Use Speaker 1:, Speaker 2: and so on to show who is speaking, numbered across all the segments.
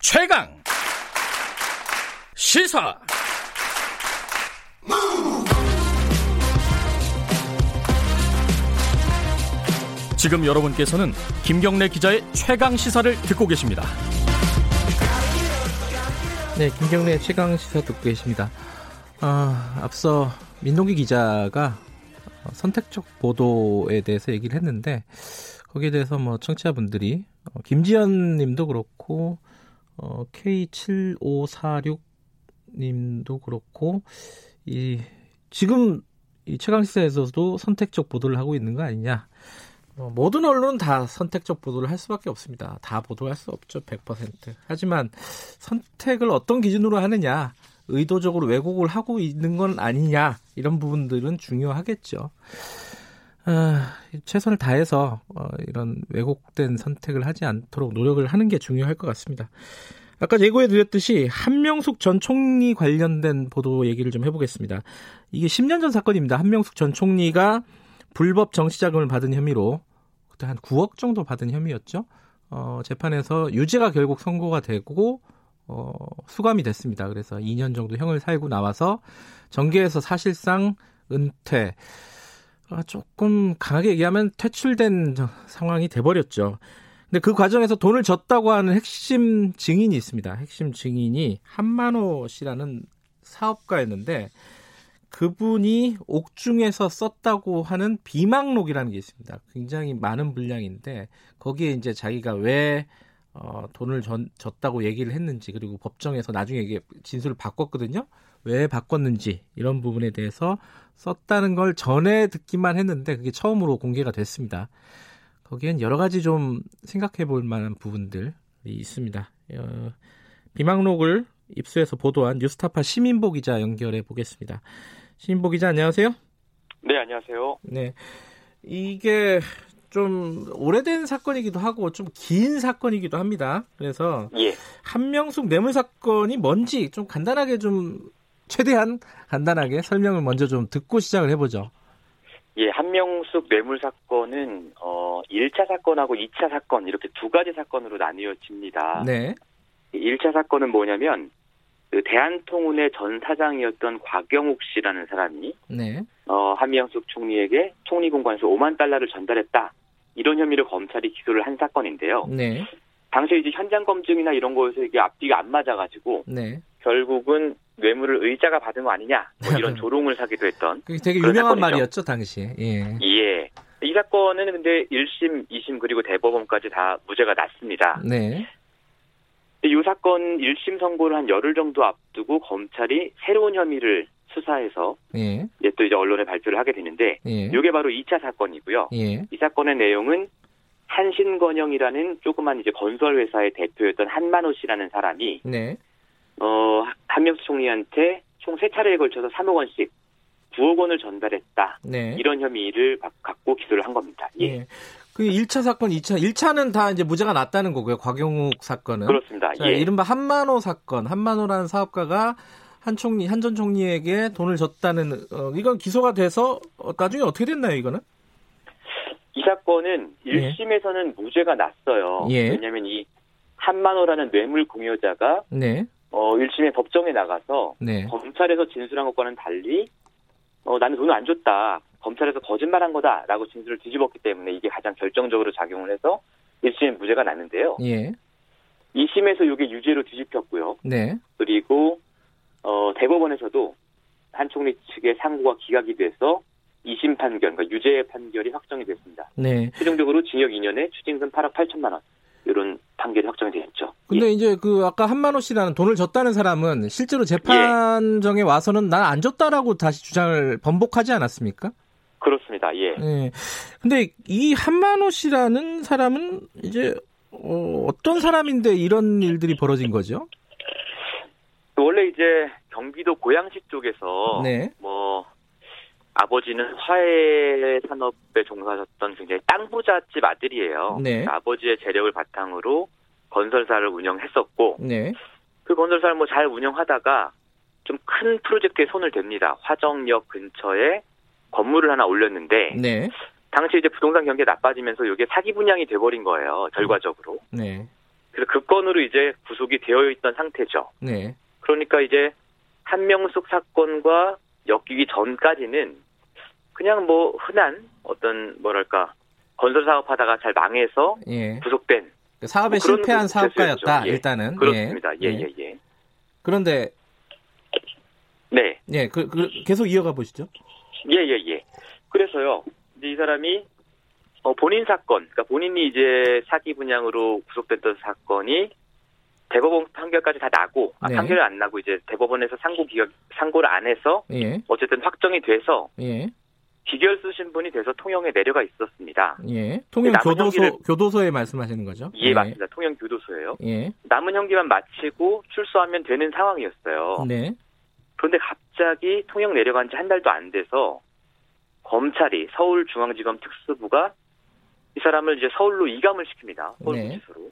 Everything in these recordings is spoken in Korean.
Speaker 1: 최강 시사 지금 여러분께서는 김경래 기자의 최강 시사를 듣고 계십니다.
Speaker 2: 네, 김경래 최강 시사 듣고 계십니다. 아, 앞서 민동기 기자가 어, 선택적 보도에 대해서 얘기를 했는데 거기에 대해서 뭐 청취자분들이 어, 김지연 님도 그렇고 어, K7546 님도 그렇고 이 지금 이 최강 시사에서도 선택적 보도를 하고 있는 거 아니냐. 어, 모든 언론 다 선택적 보도를 할 수밖에 없습니다. 다 보도할 수 없죠. 100%. 하지만 선택을 어떤 기준으로 하느냐, 의도적으로 왜곡을 하고 있는 건 아니냐, 이런 부분들은 중요하겠죠. 아, 최선을 다해서 어, 이런 왜곡된 선택을 하지 않도록 노력을 하는 게 중요할 것 같습니다. 아까 예고해 드렸듯이 한명숙 전 총리 관련된 보도 얘기를 좀 해보겠습니다. 이게 10년 전 사건입니다. 한명숙 전 총리가 불법 정치자금을 받은 혐의로 그때 한 9억 정도 받은 혐의였죠. 어, 재판에서 유죄가 결국 선고가 되고 어, 수감이 됐습니다. 그래서 2년 정도 형을 살고 나와서 정계에서 사실상 은퇴. 아, 조금 강하게 얘기하면 퇴출된 저- 상황이 돼버렸죠. 근데 그 과정에서 돈을 줬다고 하는 핵심 증인이 있습니다. 핵심 증인이 한만호 씨라는 사업가였는데 그분이 옥중에서 썼다고 하는 비망록이라는 게 있습니다. 굉장히 많은 분량인데 거기에 이제 자기가 왜 어, 돈을 전- 줬다고 얘기를 했는지 그리고 법정에서 나중에 이게 진술을 바꿨거든요. 왜 바꿨는지 이런 부분에 대해서 썼다는 걸 전에 듣기만 했는데 그게 처음으로 공개가 됐습니다. 거기엔 여러 가지 좀 생각해 볼 만한 부분들이 있습니다. 어, 비망록을 입수해서 보도한 뉴스타파 시민보 기자 연결해 보겠습니다. 시민보 기자 안녕하세요.
Speaker 3: 네, 안녕하세요.
Speaker 2: 네. 이게 좀 오래된 사건이기도 하고 좀 긴 사건이기도 합니다. 그래서
Speaker 3: 예.
Speaker 2: 한명숙 뇌물 사건이 뭔지 좀 간단하게 좀 최대한 간단하게 설명을 먼저 좀 듣고 시작을 해보죠.
Speaker 3: 예, 한명숙 뇌물 사건은 어 1차 사건하고 2차 사건 이렇게 두 가지 사건으로 나뉘어집니다.
Speaker 2: 네.
Speaker 3: 1차 사건은 뭐냐면 그 대한통운의 전 사장이었던 곽영욱 씨라는 사람이
Speaker 2: 네.
Speaker 3: 어 한명숙 총리에게 총리 공관에서 5만 달러를 전달했다. 이런 혐의로 검찰이 기소를 한 사건인데요.
Speaker 2: 네.
Speaker 3: 당시에 이제 현장 검증이나 이런 거에서 이게 앞뒤가 안 맞아가지고
Speaker 2: 네.
Speaker 3: 결국은 뇌물을 의자가 받은 거 아니냐 뭐 이런 조롱을 사기도 했던
Speaker 2: 그게 되게
Speaker 3: 그런
Speaker 2: 유명한
Speaker 3: 사건이죠.
Speaker 2: 말이었죠, 당시에. 예.
Speaker 3: 예. 이 사건은 근데 1심, 2심 그리고 대법원까지 다 무죄가 났습니다.
Speaker 2: 네.
Speaker 3: 근데 이 사건 1심 선고를 한 열흘 정도 앞두고 검찰이 새로운 혐의를 수사해서
Speaker 2: 예.
Speaker 3: 이제 또 이제 언론에 발표를 하게 되는데
Speaker 2: 예.
Speaker 3: 이게 바로 2차 사건이고요.
Speaker 2: 예.
Speaker 3: 이 사건의 내용은 한신건영이라는 조그만 이제 건설 회사의 대표였던 한만호 씨라는 사람이
Speaker 2: 네.
Speaker 3: 어 한명수 총리한테 총 세 차례에 걸쳐서 3억 원씩 9억 원을 전달했다.
Speaker 2: 네.
Speaker 3: 이런 혐의를 바- 갖고 기소를 한 겁니다. 예.
Speaker 2: 예. 그 1차 사건, 2차, 1차는 다 이제 무죄가 났다는 거고요. 곽영욱 사건은.
Speaker 3: 그렇습니다.
Speaker 2: 자,
Speaker 3: 예.
Speaker 2: 이른바 한만호 사건. 한만호라는 사업가가 한 총리, 한 전 총리에게 돈을 줬다는, 어, 이건 기소가 돼서 어, 나중에 어떻게 됐나요, 이거는?
Speaker 3: 이 사건은
Speaker 2: 예.
Speaker 3: 1심에서는 무죄가 났어요.
Speaker 2: 예.
Speaker 3: 왜냐하면 이 한만호라는 뇌물 공여자가
Speaker 2: 네.
Speaker 3: 어, 1심에 법정에 나가서
Speaker 2: 네.
Speaker 3: 검찰에서 진술한 것과는 달리 어, 나는 돈을 안 줬다. 검찰에서 거짓말한 거다라고 진술을 뒤집었기 때문에 이게 가장 결정적으로 작용을 해서 1심에 무죄가 났는데요.
Speaker 2: 예.
Speaker 3: 2심에서 이게 유죄로 뒤집혔고요.
Speaker 2: 네.
Speaker 3: 그리고 어, 대법원에서도 한 총리 측의 상고가 기각이 돼서 2심 판결, 그러니까 유죄 판결이 확정이 됐습니다.
Speaker 2: 네.
Speaker 3: 최종적으로 징역 2년에 추징금 8억 8천만 원 이런 판결이 확정이 되었죠. 예,
Speaker 2: 근데 이제 그 아까 한만호 씨라는 돈을 줬다는 사람은 실제로 재판정에
Speaker 3: 예.
Speaker 2: 와서는 난 안 줬다라고 다시 주장을 번복하지 않았습니까?
Speaker 3: 그렇습니다. 예.
Speaker 2: 예. 근데 이 한만호 씨라는 사람은 이제 어, 어떤 사람인데 이런 일들이 벌어진 거죠?
Speaker 3: 그 원래 이제 경기도 고양시 쪽에서
Speaker 2: 네.
Speaker 3: 뭐 아버지는 화훼 산업에 종사하셨던 굉장히 땅 부잣집 어. 아들이에요. 그러니까
Speaker 2: 네.
Speaker 3: 아버지의 재력을 바탕으로 건설사를 운영했었고
Speaker 2: 네.
Speaker 3: 그 건설사를 뭐 잘 운영하다가 좀 큰 프로젝트에 손을 댑니다. 화정역 근처에 건물을 하나 올렸는데
Speaker 2: 네.
Speaker 3: 당시 이제 부동산 경기가 나빠지면서 이게 사기 분양이 돼버린 거예요. 결과적으로.
Speaker 2: 네.
Speaker 3: 그래서 그 건으로 이제 구속이 되어 있던 상태죠.
Speaker 2: 네.
Speaker 3: 그러니까 이제 한명숙 사건과 엮이기 전까지는 그냥 뭐 흔한 어떤 뭐랄까 건설 사업하다가 잘 망해서
Speaker 2: 예.
Speaker 3: 구속된
Speaker 2: 그러니까 사업에
Speaker 3: 뭐 그런
Speaker 2: 실패한
Speaker 3: 그
Speaker 2: 사업가였다.
Speaker 3: 재수였죠. 예.
Speaker 2: 일단은.
Speaker 3: 그렇습니다.
Speaker 2: 예.
Speaker 3: 예예예. 예, 예.
Speaker 2: 그런데
Speaker 3: 네.
Speaker 2: 예, 그, 그 계속 이어가 보시죠.
Speaker 3: 예예예. 그래서요 이제 이 사람이 어, 본인 사건, 그러니까 본인이 이제 사기 분양으로 구속됐던 사건이 대법원 판결까지 다 나고 아,
Speaker 2: 네.
Speaker 3: 판결은 안 나고 이제 대법원에서 상고 기각 상고를 안 해서
Speaker 2: 예.
Speaker 3: 어쨌든 확정이 돼서
Speaker 2: 예.
Speaker 3: 기결수 신분이 돼서 통영에 내려가 있었습니다.
Speaker 2: 예. 통영
Speaker 3: 그러니까 남은
Speaker 2: 교도소
Speaker 3: 형기를-
Speaker 2: 교도소에 말씀하시는 거죠?
Speaker 3: 예, 맞습니다. 통영 교도소예요.
Speaker 2: 예.
Speaker 3: 남은 형기만 마치고 출소하면 되는 상황이었어요.
Speaker 2: 네.
Speaker 3: 그런데 갑자기 통영 내려간 지 한 달도 안 돼서 검찰이 서울중앙지검 특수부가 이 사람을 이제 서울로 이감을 시킵니다. 서울구치소로.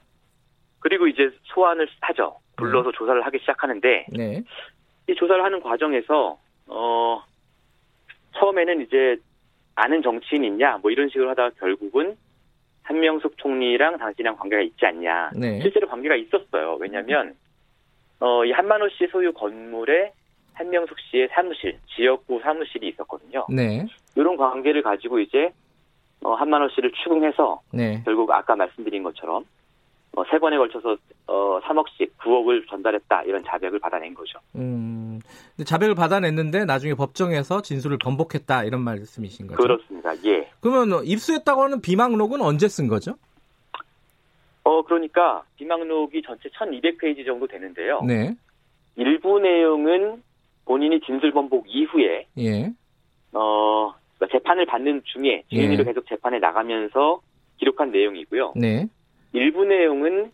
Speaker 3: 그리고 이제 소환을 하죠. 불러서 조사를 하기 시작하는데
Speaker 2: 네.
Speaker 3: 이 조사를 하는 과정에서 어 처음에는 이제 아는 정치인 있냐 뭐 이런 식으로 하다가 결국은 한명숙 총리랑 당신이랑 관계가 있지 않냐
Speaker 2: 네.
Speaker 3: 실제로 관계가 있었어요 왜냐하면 어이 한만호 씨 소유 건물에 한명숙 씨의 사무실 지역구 사무실이 있었거든요
Speaker 2: 네.
Speaker 3: 이런 관계를 가지고 이제 어, 한만호 씨를 추궁해서
Speaker 2: 네.
Speaker 3: 결국 아까 말씀드린 것처럼 어, 세 번에 걸쳐서 어 3억씩 9억을 전달했다 이런 자백을 받아낸 거죠.
Speaker 2: 음. 근데 자백을 받아냈는데 나중에 법정에서 진술을 번복했다 이런 말씀이신 거죠?
Speaker 3: 그렇습니다. 예.
Speaker 2: 그러면 입수했다고 하는 비망록은 언제 쓴 거죠?
Speaker 3: 어, 그러니까 비망록이 전체 1200페이지 정도 되는데요.
Speaker 2: 네.
Speaker 3: 일부 내용은 본인이 진술 번복 이후에
Speaker 2: 예.
Speaker 3: 어, 그러니까 재판을 받는 중에
Speaker 2: 예.
Speaker 3: 증인으로 계속 재판에 나가면서 기록한 내용이고요.
Speaker 2: 네.
Speaker 3: 일부 내용은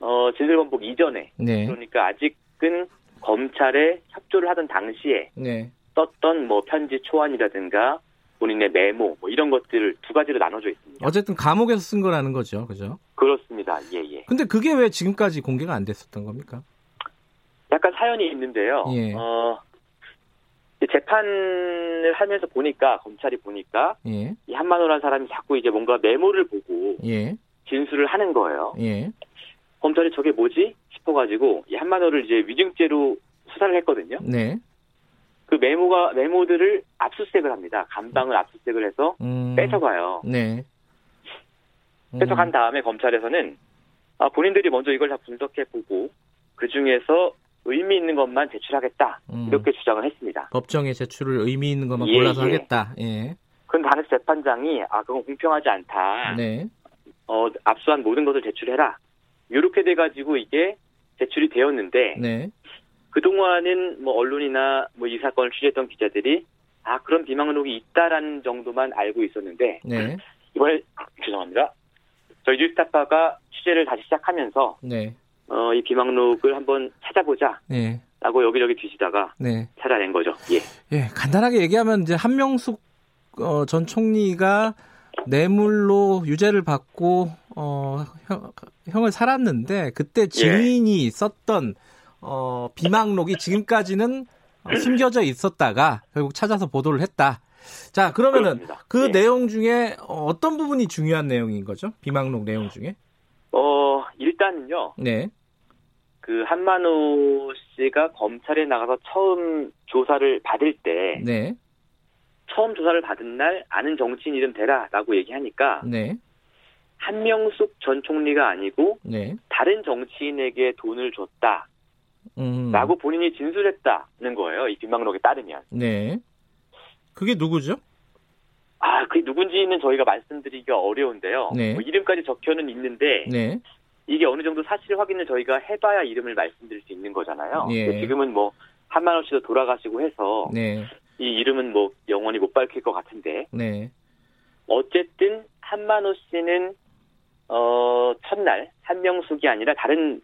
Speaker 3: 어, 진술 번복 이전에
Speaker 2: 네.
Speaker 3: 그러니까 아직은 검찰에 협조를 하던 당시에
Speaker 2: 네.
Speaker 3: 썼던 뭐 편지 초안이라든가 본인의 메모 뭐 이런 것들을 두 가지로 나눠져 있습니다.
Speaker 2: 어쨌든 감옥에서 쓴 거라는 거죠. 그죠?
Speaker 3: 그렇습니다. 예, 예.
Speaker 2: 근데 그게 왜 지금까지 공개가 안 됐었던 겁니까?
Speaker 3: 약간 사연이 있는데요.
Speaker 2: 예.
Speaker 3: 어, 이제 재판을 하면서 보니까 검찰이 보니까
Speaker 2: 예.
Speaker 3: 이 한만호라는 사람이 자꾸 이제 뭔가 메모를 보고
Speaker 2: 예.
Speaker 3: 진술을 하는 거예요.
Speaker 2: 예.
Speaker 3: 검찰이 저게 뭐지 싶어가지고 이 한만호를 이제 위증죄로 수사를 했거든요.
Speaker 2: 네.
Speaker 3: 그 메모가 메모들을 압수수색을 합니다. 감방을 압수수색을 해서
Speaker 2: 음.
Speaker 3: 뺏어가요.
Speaker 2: 네.
Speaker 3: 뺏어간 다음에 검찰에서는 아, 본인들이 먼저 이걸 다 분석해 보고 그 중에서 의미 있는 것만 제출하겠다
Speaker 2: 음.
Speaker 3: 이렇게 주장을 했습니다.
Speaker 2: 법정에 제출을 의미 있는 것만
Speaker 3: 예,
Speaker 2: 골라서
Speaker 3: 예.
Speaker 2: 하겠다. 예.
Speaker 3: 그럼 당시 재판장이 아 그건 공평하지 않다.
Speaker 2: 네.
Speaker 3: 어 압수한 모든 것을 제출해라. 이렇게 돼가지고 이게 제출이 되었는데
Speaker 2: 네.
Speaker 3: 그 동안은 뭐 언론이나 뭐 이 사건을 취재했던 기자들이 아 그런 비망록이 있다라는 정도만 알고 있었는데
Speaker 2: 네.
Speaker 3: 이번에 죄송합니다. 저희 뉴스타파가 취재를 다시 시작하면서
Speaker 2: 네.
Speaker 3: 어 이 비망록을 한번 찾아보자라고
Speaker 2: 네.
Speaker 3: 여기저기 뒤지다가
Speaker 2: 네.
Speaker 3: 찾아낸 거죠. 예.
Speaker 2: 예, 간단하게 얘기하면 이제 한명숙 어, 전 총리가 뇌물로 유죄를 받고 어, 형, 형을 살았는데
Speaker 3: 예.
Speaker 2: 그때 증인이 썼던 어, 비망록이 지금까지는 어, 숨겨져 있었다가 결국 찾아서 보도를 했다. 자, 그러면은
Speaker 3: 그렇습니다.
Speaker 2: 그
Speaker 3: 예.
Speaker 2: 내용 중에 어, 어떤 부분이 중요한 내용인 거죠? 비망록 내용 중에?
Speaker 3: 어 일단은요
Speaker 2: 네.
Speaker 3: 그 한만호 씨가 검찰에 나가서 처음 조사를 받을 때
Speaker 2: 네.
Speaker 3: 처음 조사를 받은 날 아는 정치인 이름 대라라고 얘기하니까
Speaker 2: 네.
Speaker 3: 한명숙 전 총리가 아니고
Speaker 2: 네.
Speaker 3: 다른 정치인에게 돈을 줬다라고
Speaker 2: 음.
Speaker 3: 본인이 진술했다는 거예요. 이 뒷망록에 따르면
Speaker 2: 네. 그게 누구죠?
Speaker 3: 아 그게 누군지는 저희가 말씀드리기가 어려운데요.
Speaker 2: 네.
Speaker 3: 뭐 이름까지 적혀는 있는데
Speaker 2: 네.
Speaker 3: 이게 어느 정도 사실 확인을 저희가 해봐야 이름을 말씀드릴 수 있는 거잖아요.
Speaker 2: 예.
Speaker 3: 근데 지금은 뭐 한만호 씨도 돌아가시고 해서
Speaker 2: 네.
Speaker 3: 이 이름은 뭐 영원히 못 밝힐 것 같은데
Speaker 2: 네.
Speaker 3: 어쨌든 한만호 씨는 어 첫날 한명숙이 아니라 다른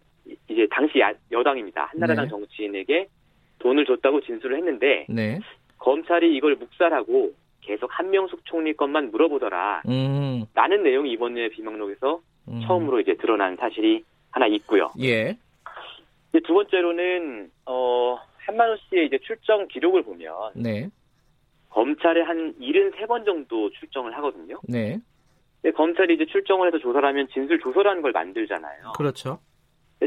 Speaker 3: 이제 당시 야- 여당입니다 한나라당
Speaker 2: 네.
Speaker 3: 정치인에게 돈을 줬다고 진술을 했는데
Speaker 2: 네.
Speaker 3: 검찰이 이걸 묵살하고 계속 한명숙 총리 것만 물어보더라
Speaker 2: 음.
Speaker 3: 라는 내용이 이번에 비망록에서
Speaker 2: 음.
Speaker 3: 처음으로 이제 드러난 사실이 하나 있고요.
Speaker 2: 예.
Speaker 3: 이제 두 번째로는 어 한만호 씨의 이제 출정 기록을 보면
Speaker 2: 네.
Speaker 3: 검찰에 한 73번 정도 출정을 하거든요.
Speaker 2: 네.
Speaker 3: 근데 검찰이 이제 출정을 해서 조사를 하면 진술 조서라는 걸 만들잖아요.
Speaker 2: 그렇죠.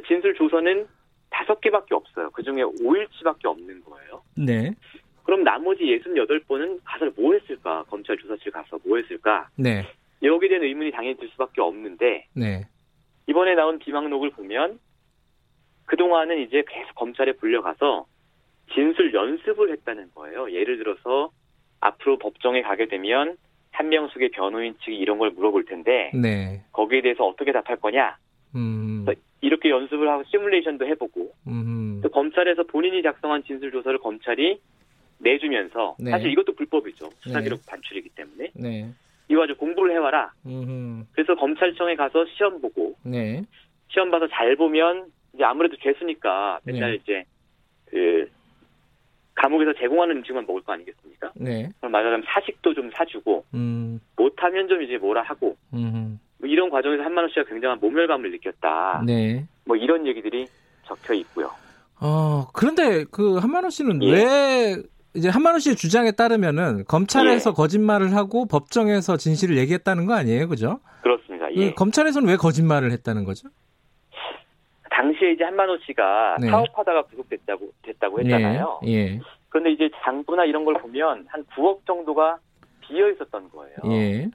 Speaker 3: 진술 조서는 다섯 개밖에 없어요. 그 중에 5일치밖에 없는 거예요.
Speaker 2: 네.
Speaker 3: 그럼 나머지 68번은 가서 뭐 했을까? 검찰 조사실 가서 뭐 했을까?
Speaker 2: 네.
Speaker 3: 여기에 대한 의문이 당연히 들 수밖에 없는데
Speaker 2: 네.
Speaker 3: 이번에 나온 비망록을 보면 그동안은 이제 계속 검찰에 불려가서 진술 연습을 했다는 거예요. 예를 들어서 앞으로 법정에 가게 되면 한명숙의 변호인 측이 이런 걸 물어볼 텐데
Speaker 2: 네.
Speaker 3: 거기에 대해서 어떻게 답할 거냐
Speaker 2: 음.
Speaker 3: 네. 이렇게 연습을 하고 시뮬레이션도 해보고
Speaker 2: 음.
Speaker 3: 또 검찰에서 본인이 작성한 진술 조서를 검찰이 내주면서
Speaker 2: 네.
Speaker 3: 사실 이것도 불법이죠.
Speaker 2: 네.
Speaker 3: 수사기록 반출이기 때문에
Speaker 2: 네.
Speaker 3: 이거 아주 공부를 해와라.
Speaker 2: 음.
Speaker 3: 그래서 검찰청에 가서 시험 보고
Speaker 2: 네.
Speaker 3: 시험 봐서 잘 보면 이제 아무래도 죄수니까 맨날
Speaker 2: 네.
Speaker 3: 이제 그 감옥에서 제공하는 음식만 먹을 거 아니겠습니까?
Speaker 2: 네.
Speaker 3: 그럼 말하자면 사식도 좀 사주고
Speaker 2: 음.
Speaker 3: 못하면 좀 이제 뭐라 하고
Speaker 2: 음.
Speaker 3: 뭐 이런 과정에서 한만호 씨가 굉장한 모멸감을 느꼈다.
Speaker 2: 네.
Speaker 3: 뭐 이런 얘기들이 적혀 있고요.
Speaker 2: 어, 그런데 그 한만호 씨는
Speaker 3: 예.
Speaker 2: 왜 이제 한만호 씨의 주장에 따르면은
Speaker 3: 예.
Speaker 2: 검찰에서 거짓말을 하고 법정에서 진실을 얘기했다는 거 아니에요? 그죠?
Speaker 3: 그렇습니다.
Speaker 2: 이
Speaker 3: 예.
Speaker 2: 검찰에서는 왜 거짓말을 했다는 거죠?
Speaker 3: 당시에 이제 한만호 씨가
Speaker 2: 네.
Speaker 3: 사업하다가 구속됐다고 됐다고 했잖아요.
Speaker 2: 예. 예.
Speaker 3: 그런데 이제 장부나 이런 걸 보면 한 9억 정도가 비어 있었던 거예요.
Speaker 2: 예.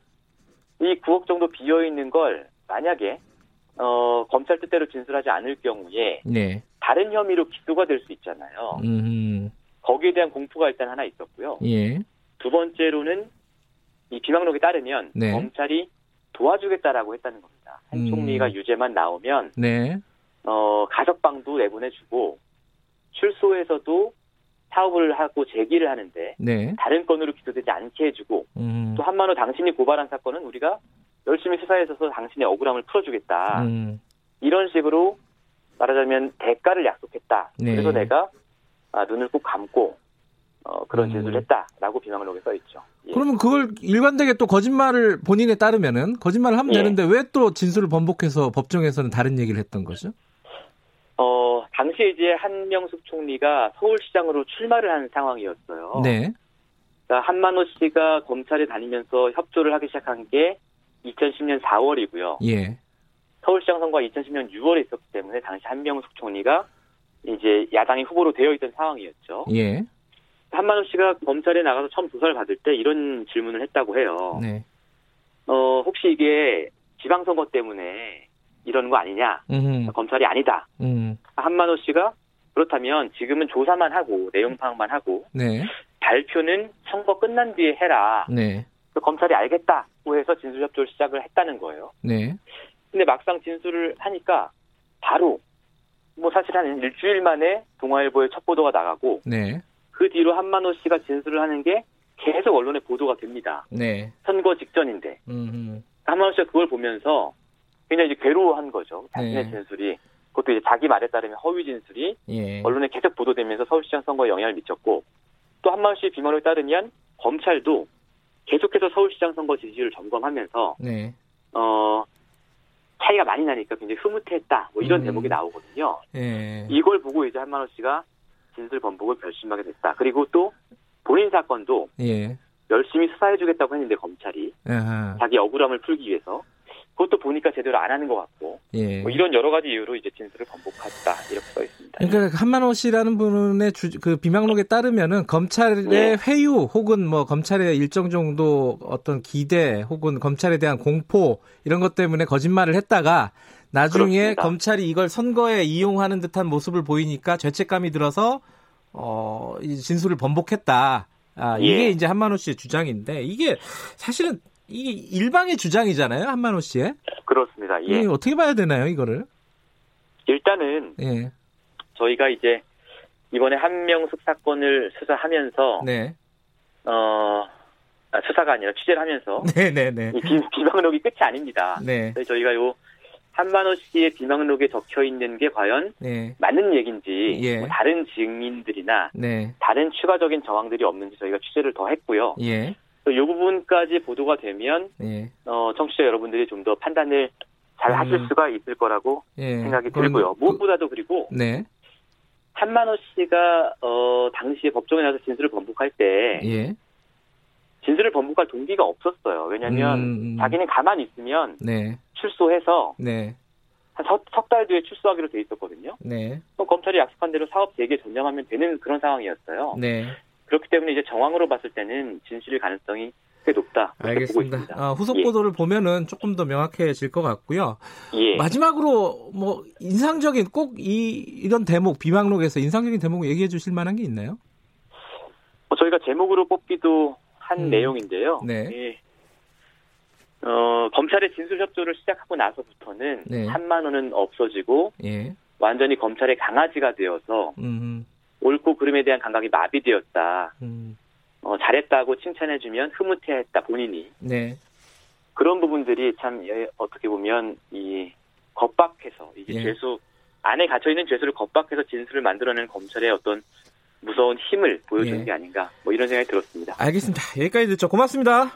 Speaker 3: 이 9억 정도 비어 있는 걸 만약에 어, 검찰 뜻대로 진술하지 않을 경우에
Speaker 2: 네.
Speaker 3: 다른 혐의로 기소가 될 수 있잖아요.
Speaker 2: 음.
Speaker 3: 거기에 대한 공포가 일단 하나 있었고요.
Speaker 2: 예.
Speaker 3: 두 번째로는 이 비망록에 따르면
Speaker 2: 네.
Speaker 3: 검찰이 도와주겠다라고 했다는 겁니다. 한
Speaker 2: 음.
Speaker 3: 총리가 유죄만 나오면
Speaker 2: 네.
Speaker 3: 어, 가석방도 내보내주고 출소에서도 사업을 하고 제기를 하는데
Speaker 2: 네.
Speaker 3: 다른 건으로 기소되지 않게 해주고
Speaker 2: 음.
Speaker 3: 또 한만호 당신이 고발한 사건은 우리가 열심히 수사해서 당신의 억울함을 풀어주겠다.
Speaker 2: 음.
Speaker 3: 이런 식으로 말하자면 대가를 약속했다.
Speaker 2: 네.
Speaker 3: 그래서 내가 아, 눈을 꼭 감고 어, 그런
Speaker 2: 음.
Speaker 3: 진술을 했다라고 비망록에 써 있죠. 예.
Speaker 2: 그러면 그걸 일관되게 또 거짓말을 본인에 따르면은 거짓말을 하면
Speaker 3: 예.
Speaker 2: 되는데 왜 또 진술을 번복해서 법정에서는 다른 얘기를 했던 거죠?
Speaker 3: 어, 당시 이제 한명숙 총리가 서울시장으로 출마를 한 상황이었어요.
Speaker 2: 네.
Speaker 3: 그러니까 한만호 씨가 검찰에 다니면서 협조를 하기 시작한 게 2010년 4월이고요.
Speaker 2: 예.
Speaker 3: 서울시장 선거가 2010년 6월에 있었기 때문에 당시 한명숙 총리가 이제 야당의 후보로 되어 있던 상황이었죠.
Speaker 2: 예.
Speaker 3: 한만호 씨가 검찰에 나가서 처음 조사를 받을 때 이런 질문을 했다고 해요.
Speaker 2: 네.
Speaker 3: 어, 혹시 이게 지방선거 때문에 이런 거 아니냐?
Speaker 2: 음.
Speaker 3: 검찰이 아니다.
Speaker 2: 음.
Speaker 3: 한만호 씨가 그렇다면 지금은 조사만 하고 내용 파악만 하고
Speaker 2: 네.
Speaker 3: 발표는 선거 끝난 뒤에 해라.
Speaker 2: 네.
Speaker 3: 그 검찰이 알겠다고 해서 진술협조를 시작을 했다는 거예요.
Speaker 2: 네.
Speaker 3: 근데 막상 진술을 하니까 바로 뭐 사실 한 일주일 만에 동아일보에 첫 보도가 나가고
Speaker 2: 네.
Speaker 3: 그 뒤로 한만호 씨가 진술을 하는 게 계속 언론에 보도가 됩니다.
Speaker 2: 네.
Speaker 3: 선거 직전인데 그러니까
Speaker 2: 음.
Speaker 3: 한만호 씨가 그걸 보면서 굉장히 이제 괴로워한 거죠. 자신의
Speaker 2: 네.
Speaker 3: 진술이 그것도 이제 자기 말에 따르면 허위 진술이
Speaker 2: 예.
Speaker 3: 언론에 계속 보도되면서 서울시장 선거에 영향을 미쳤고 또 한만호 씨의 비만에 따르면 검찰도 계속해서 서울시장 선거 지지율을 점검하면서
Speaker 2: 네.
Speaker 3: 어, 차이가 많이 나니까 굉장히 흐뭇했다. 뭐 이런
Speaker 2: 음.
Speaker 3: 제목이 나오거든요.
Speaker 2: 예.
Speaker 3: 이걸 보고 이제 한만호 씨가 진술 번복을 결심하게 됐다. 그리고 또 본인 사건도
Speaker 2: 예.
Speaker 3: 열심히 수사해주겠다고 했는데 검찰이
Speaker 2: 아하.
Speaker 3: 자기 억울함을 풀기 위해서 그것도 보니까 제대로 안 하는 것 같고
Speaker 2: 예.
Speaker 3: 뭐 이런 여러 가지 이유로 이제 진술을 번복했다 이렇게 써 있습니다.
Speaker 2: 그러니까 한만호 씨라는 분의 주, 그 비망록에 따르면은 검찰의
Speaker 3: 네.
Speaker 2: 회유 혹은 뭐 검찰의 일정 정도 어떤 기대 혹은 검찰에 대한 공포 이런 것 때문에 거짓말을 했다가 나중에
Speaker 3: 그렇습니다.
Speaker 2: 검찰이 이걸 선거에 이용하는 듯한 모습을 보이니까 죄책감이 들어서 어, 이 진술을 번복했다. 아, 이게
Speaker 3: 예.
Speaker 2: 이제 한만호 씨의 주장인데 이게 사실은 이게 일방의 주장이잖아요, 한만호 씨의.
Speaker 3: 그렇습니다. 예.
Speaker 2: 이게 어떻게 봐야 되나요, 이거를?
Speaker 3: 일단은
Speaker 2: 예.
Speaker 3: 저희가 이제 이번에 한명숙 사건을 수사하면서
Speaker 2: 네.
Speaker 3: 어, 아, 수사가 아니라 취재를 하면서
Speaker 2: 네, 네, 네.
Speaker 3: 이 비, 비망록이 끝이 아닙니다.
Speaker 2: 네.
Speaker 3: 그래서 저희가 요 한만호 씨의 비망록에 적혀 있는 게 과연
Speaker 2: 네.
Speaker 3: 맞는 얘기인지
Speaker 2: 예.
Speaker 3: 뭐 다른 증인들이나
Speaker 2: 네.
Speaker 3: 다른 추가적인 정황들이 없는지 저희가 취재를 더 했고요.
Speaker 2: 예.
Speaker 3: 또요 부분까지 보도가 되면
Speaker 2: 예.
Speaker 3: 어, 청취자 여러분들이 좀 더 판단을 잘
Speaker 2: 음.
Speaker 3: 하실 수가 있을 거라고
Speaker 2: 예.
Speaker 3: 생각이
Speaker 2: 그건-
Speaker 3: 들고요.
Speaker 2: 그-
Speaker 3: 무엇보다도 그리고
Speaker 2: 네.
Speaker 3: 한만호 씨가 어, 당시에 법정에 나서 진술을 번복할 때
Speaker 2: 예.
Speaker 3: 진술을 번복할 동기가 없었어요. 왜냐하면
Speaker 2: 음, 음.
Speaker 3: 자기는 가만히 있으면
Speaker 2: 네.
Speaker 3: 출소해서
Speaker 2: 네.
Speaker 3: 한석달 뒤에 출소하기로 돼 있었거든요.
Speaker 2: 네.
Speaker 3: 또 검찰이 약속한 대로 사업 재개 전념하면 되는 그런 상황이었어요.
Speaker 2: 네.
Speaker 3: 그렇기 때문에 이제 정황으로 봤을 때는 진실일 가능성이 꽤 높다. 그렇게 보고
Speaker 2: 알겠습니다.
Speaker 3: 있습니다.
Speaker 2: 아, 후속
Speaker 3: 예.
Speaker 2: 보도를 보면은 조금 더 명확해질 것 같고요.
Speaker 3: 예.
Speaker 2: 마지막으로 뭐 인상적인 꼭 이 이런 대목 비망록에서 인상적인 대목을 얘기해 주실 만한 게 있나요?
Speaker 3: 어, 저희가 제목으로 뽑기도 한
Speaker 2: 음.
Speaker 3: 내용인데요.
Speaker 2: 네.
Speaker 3: 예. 어, 검찰의 진술협조를 시작하고 나서부터는
Speaker 2: 네.
Speaker 3: 한만 원은 없어지고
Speaker 2: 예.
Speaker 3: 완전히 검찰의 강아지가 되어서
Speaker 2: 음.
Speaker 3: 옳고 그름에 대한 감각이 마비되었다.
Speaker 2: 음.
Speaker 3: 어, 잘했다고 칭찬해주면 흐뭇해했다 본인이.
Speaker 2: 네.
Speaker 3: 그런 부분들이 참 예, 어떻게 보면 이 겁박해서 이게
Speaker 2: 예.
Speaker 3: 죄수 안에 갇혀 있는 죄수를 겁박해서 진술을 만들어낸 검찰의 어떤 무서운 힘을 보여주는
Speaker 2: 예.
Speaker 3: 게 아닌가 뭐 이런 생각이 들었습니다.
Speaker 2: 알겠습니다. 여기까지 듣죠. 고맙습니다.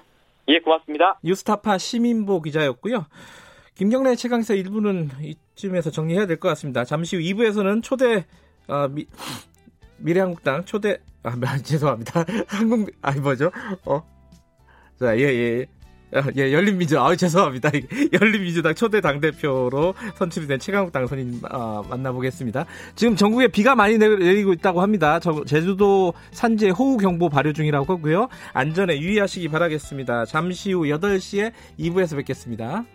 Speaker 3: 예, 고맙습니다.
Speaker 2: 뉴스타파 시민보 기자였고요. 김경래 최강사 1부는 이쯤에서 정리해야 될 것 같습니다. 잠시 후 2부에서는 초대 아, 미, 미래한국당 초대 아 미- 죄송합니다. 한국 아니 뭐죠? 어. 자, 예, 예. 아, 예, 열린민주당, 아 죄송합니다. 열린민주당 초대 당대표로 선출이 된 최강욱 당선인 아, 만나보겠습니다. 지금 전국에 비가 많이 내- 내리고 있다고 합니다. 저- 제주도 산지에 호우경보 발효 중이라고 하고요. 안전에 유의하시기 바라겠습니다. 잠시 후 8시에 2부에서 뵙겠습니다.